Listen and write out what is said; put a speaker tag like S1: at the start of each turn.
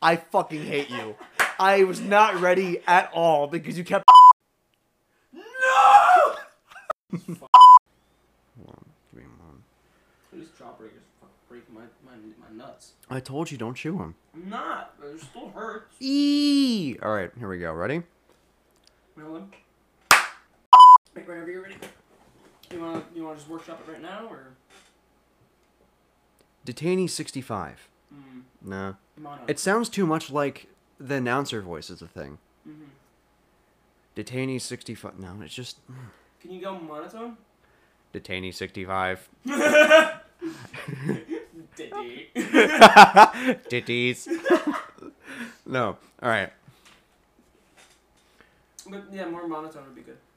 S1: I fucking hate you. I was not ready at all because you kept.
S2: No!
S1: Give me one.
S2: These jawbreakers fucking break my, my, my nuts.
S1: I told you, don't chew him.
S2: I'm not. but It still hurts.
S1: Eee! All right, here we go. Ready?
S2: Melon. Wait, whenever you're ready. You wanna you wanna just workshop it right now or
S1: Detainee 65.
S2: mm,
S1: Nah.
S2: mono?
S1: It sounds too much like the announcer voice is a thing.
S2: Mhm.
S1: Detainee 65. No, it's just.
S2: Can you go monotone?
S1: Detainee 65.
S2: Diddy.
S1: Ditties. no. All right.
S2: but yeah, more monotone would be good.